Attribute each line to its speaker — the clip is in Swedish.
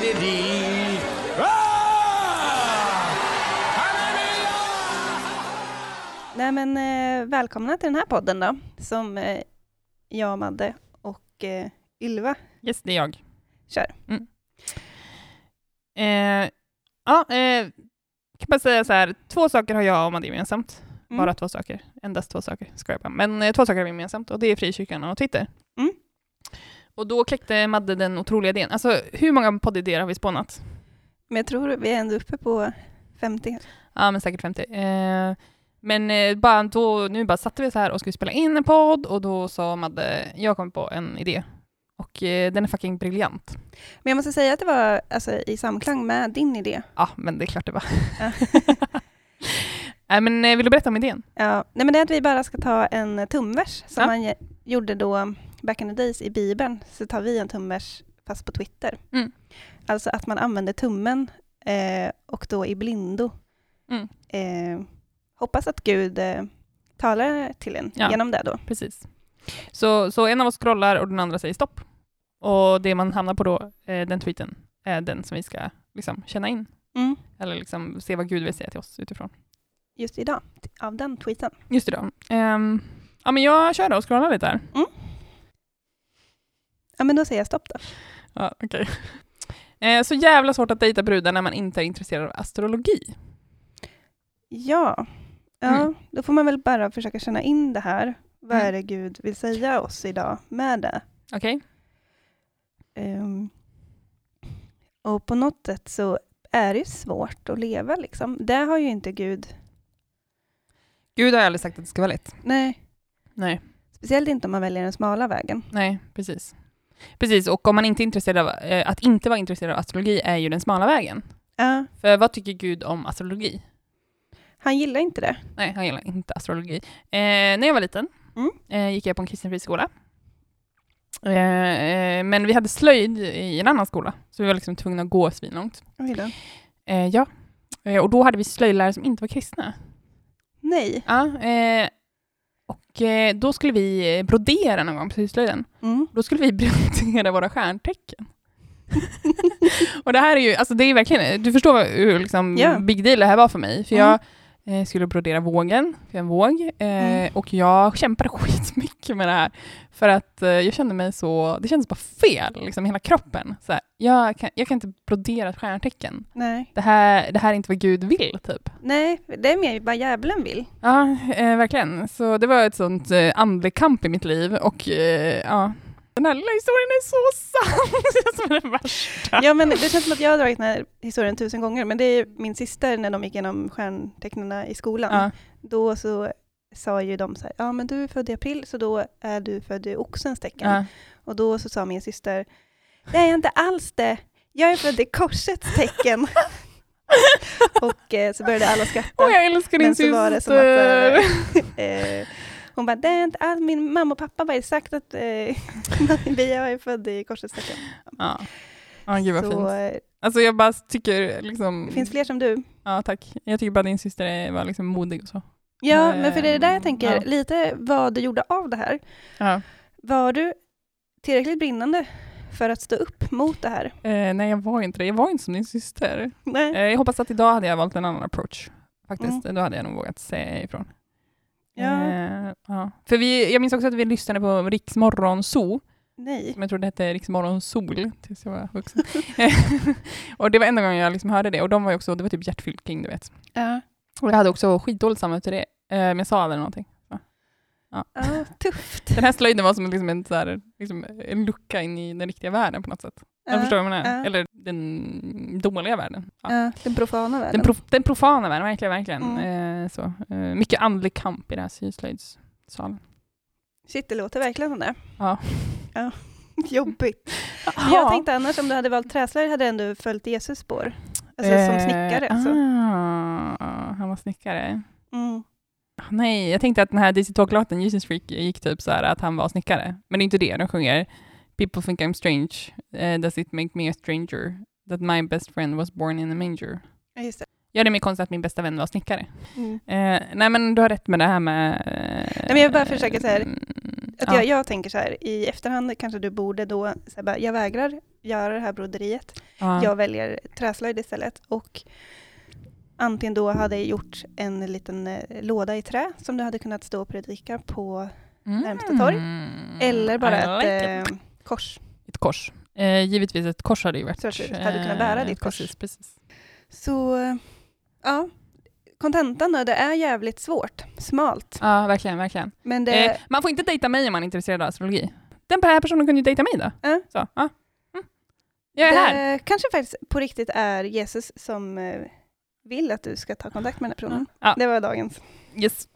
Speaker 1: Di-di-di-di-di-di-di. Ah! Halleluja!
Speaker 2: Nej men eh, välkomna till den här podden då, som eh, jag, Madde och eh, Ylva.
Speaker 3: Yes, det är jag.
Speaker 2: Kör.
Speaker 3: Mm. Eh, ja, eh, kan bara säga så här, två saker har jag och Madde gemensamt.
Speaker 2: Mm.
Speaker 3: Bara två saker, endast två saker, skojar bara. Men eh, två saker har vi gemensamt och det är frikyrkan och Twitter.
Speaker 2: Mm.
Speaker 3: Och då kläckte Madde den otroliga idén. Alltså, hur många poddidéer har vi spånat?
Speaker 2: Men jag tror vi är ändå uppe på 50.
Speaker 3: Ja, men säkert 50. Eh, men eh, bara då, nu bara satte vi så här och skulle spela in en podd och då sa Madde, jag kom på en idé. Och eh, den är fucking briljant.
Speaker 2: Men jag måste säga att det var alltså, i samklang med din idé.
Speaker 3: Ja, men det är klart det var.
Speaker 2: Ja.
Speaker 3: Nej, men eh, vill du berätta om idén?
Speaker 2: Ja, nej men det är att vi bara ska ta en tumvers som
Speaker 3: Ja.
Speaker 2: man ge- gjorde då back in the days i Bibeln, så tar vi en tumvers fast på Twitter.
Speaker 3: Mm.
Speaker 2: Alltså att man använder tummen eh, och då i blindo.
Speaker 3: Mm.
Speaker 2: Eh, hoppas att Gud eh, talar till en
Speaker 3: Ja.
Speaker 2: genom det då.
Speaker 3: Precis. Så, så en av oss scrollar och den andra säger stopp. Och det man hamnar på då, eh, den tweeten, är den som vi ska liksom, känna in.
Speaker 2: Mm.
Speaker 3: Eller liksom, se vad Gud vill säga till oss utifrån.
Speaker 2: Just idag, t- av den tweeten.
Speaker 3: Just idag. Ehm, ja, men jag kör då och scrollar lite här.
Speaker 2: Mm. Ja men då säger jag stopp då.
Speaker 3: Ja, okej. Eh, så jävla svårt att dejta brudar när man inte är intresserad av astrologi.
Speaker 2: Ja, ja
Speaker 3: Mm.
Speaker 2: då får man väl bara försöka känna in det här. Vad
Speaker 3: Mm.
Speaker 2: är det Gud vill säga oss idag med det?
Speaker 3: Okej?
Speaker 2: Ehm, och på något sätt så är det ju svårt att leva liksom. Det har ju inte Gud.
Speaker 3: Gud har aldrig sagt att det ska vara lätt.
Speaker 2: Nej,
Speaker 3: Nej.
Speaker 2: speciellt inte om man väljer den smala vägen.
Speaker 3: Nej, precis. Precis, och om man inte är intresserad av, eh, att inte vara intresserad av astrologi är ju den smala vägen.
Speaker 2: Ja,
Speaker 3: För vad tycker Gud om astrologi?
Speaker 2: han gillar inte det.
Speaker 3: Nej, han gillar inte astrologi. Eh, när jag var liten
Speaker 2: Mm.
Speaker 3: eh, gick jag på en kristen friskola. Eh, eh, men vi hade slöjd i en annan skola, så vi var liksom tvungna att gå svinlångt.
Speaker 2: Oj då.
Speaker 3: Eh, ja. Eh, och då hade vi slöjdlärare som inte var kristna.
Speaker 2: Nej.
Speaker 3: Ja, eh, och eh, då skulle vi eh, brodera någon gång på slöjden.
Speaker 2: Mm.
Speaker 3: Då skulle vi brodera våra stjärntecken. och det här är ju, alltså det är verkligen, du förstår vad- hur liksom
Speaker 2: Ja.
Speaker 3: big deal det här var för mig. För
Speaker 2: Mm.
Speaker 3: jag eh, skulle brodera vågen, för jag är en våg, eh,
Speaker 2: Mm.
Speaker 3: och jag kämpade skitmycket med det här. För att eh, jag kände mig så, det kändes bara fel liksom, i hela kroppen. Så här, jag, kan, jag kan inte brodera ett stjärntecken.
Speaker 2: Nej.
Speaker 3: Det här, det här är inte vad Gud vill, typ.
Speaker 2: Nej, det är mer vad djävulen vill.
Speaker 3: Ja, eh, verkligen. Så det var ett sånt eh, andlig kamp i mitt liv och eh, ja. Den här lilla historien är så sann! Det är som det värsta.
Speaker 2: Ja, men det känns som att jag har dragit den här historien tusen gånger, men det är ju min syster när de gick igenom stjärntecknena i skolan.
Speaker 3: Ja,
Speaker 2: Då så sa ju de så här, ja men du är född i april, så då är du född i oxens tecken.
Speaker 3: ja.
Speaker 2: Och då så sa min syster, det är jag inte alls det. Jag är född i korsets tecken. och eh, så började alla skratta.
Speaker 3: Och jag älskar din
Speaker 2: Men så var det som att,
Speaker 3: syster!
Speaker 2: Eh, hon bara, det är inte alls, min mamma och pappa var exakt att eh, vi är födda i korsets tecken.
Speaker 3: Ja, Ja, gud vad
Speaker 2: så
Speaker 3: fint.
Speaker 2: eh,
Speaker 3: Alltså jag bara tycker liksom...
Speaker 2: det finns fler som du.
Speaker 3: Ja, tack. Jag tycker bara din syster är- var liksom modig och så.
Speaker 2: Ja,
Speaker 3: Eh,
Speaker 2: men för det är det där jag tänker,
Speaker 3: ja.
Speaker 2: lite vad du gjorde av det här.
Speaker 3: Ja.
Speaker 2: Var du tillräckligt brinnande för att stå upp mot det här?
Speaker 3: Eh, nej, jag var inte det. Jag var inte som din syster.
Speaker 2: Nej.
Speaker 3: Eh, jag hoppas att idag hade jag valt en annan approach. Faktiskt, då hade jag nog vågat säga ifrån.
Speaker 2: Mm. Ja.
Speaker 3: Eh, ja. För vi, jag minns också att vi lyssnade på Riksmorgon Zoo,
Speaker 2: Nej.
Speaker 3: som jag trodde det hette Riksmorgon Sol, tills jag var vuxen. och det var enda gången jag liksom hörde det, och de var ju också, det var typ Gert Fylking, du vet.
Speaker 2: Ja.
Speaker 3: Och jag hade också skitdåligt samvete för det, eh, men jag sa aldrig någonting. Så.
Speaker 2: Ja, tufft.
Speaker 3: Den här slöjden var som liksom en, så här, liksom en lucka in i den riktiga världen på något sätt.
Speaker 2: Ja.
Speaker 3: Jag förstår vad jag menar.
Speaker 2: ja.
Speaker 3: Eller den dåliga världen. Ja.
Speaker 2: Ja, den profana världen.
Speaker 3: Den, prof- den profana världen, verkligen. verkligen.
Speaker 2: Mm.
Speaker 3: Eh, så. Eh, mycket andlig kamp i den här syslöjdssalen.
Speaker 2: Shit, det låter verkligen som det.
Speaker 3: Ja.
Speaker 2: ja. Jobbigt. Men jag tänkte annars om du hade valt träslöjd hade du ändå följt Jesus spår. Alltså som snickare.
Speaker 3: Eh,
Speaker 2: Så.
Speaker 3: Ah, han var snickare.
Speaker 2: Mm.
Speaker 3: Ah, Nej, jag tänkte att den här DC Talk-låten, Jesus Freak, gick typ så här att han var snickare. Men det är inte det, de sjunger People think I'm strange, eh, does it make me a stranger? That my best friend was born in a manger.
Speaker 2: Ja, just det.
Speaker 3: Ja, det är mer konstigt att min bästa vän var snickare.
Speaker 2: Mm.
Speaker 3: Eh, nej, men du har rätt med det här med... eh,
Speaker 2: men jag bara försöker så här,
Speaker 3: mm,
Speaker 2: Att
Speaker 3: ja.
Speaker 2: jag, jag tänker så här, i efterhand kanske du borde då, så här, bara, jag vägrar göra det här broderiet.
Speaker 3: Ja.
Speaker 2: Jag väljer träslöjd istället. Och antingen då hade jag gjort en liten eh, låda i trä som du hade kunnat stå och predika på, närmsta torg.
Speaker 3: Mm.
Speaker 2: eller bara
Speaker 3: I like it.
Speaker 2: ett eh, kors.
Speaker 3: Ett kors. Eh, givetvis ett kors hade ju varit... eh,
Speaker 2: Så att du hade kunnat bära ditt kors.
Speaker 3: Precis, precis.
Speaker 2: Så eh, ja, kontentan då, det är jävligt svårt, smalt.
Speaker 3: Ja, verkligen, verkligen.
Speaker 2: Men det,
Speaker 3: Eh, man får inte dejta mig om man är intresserad av astrologi. Den här personen kunde ju dejta mig då.
Speaker 2: Ja.
Speaker 3: Så, ja. Mm. Jag är här.
Speaker 2: det kanske faktiskt på riktigt är Jesus som eh, vill att du ska ta kontakt med den här personen.
Speaker 3: Ja.
Speaker 2: Det var dagens.
Speaker 3: Yes.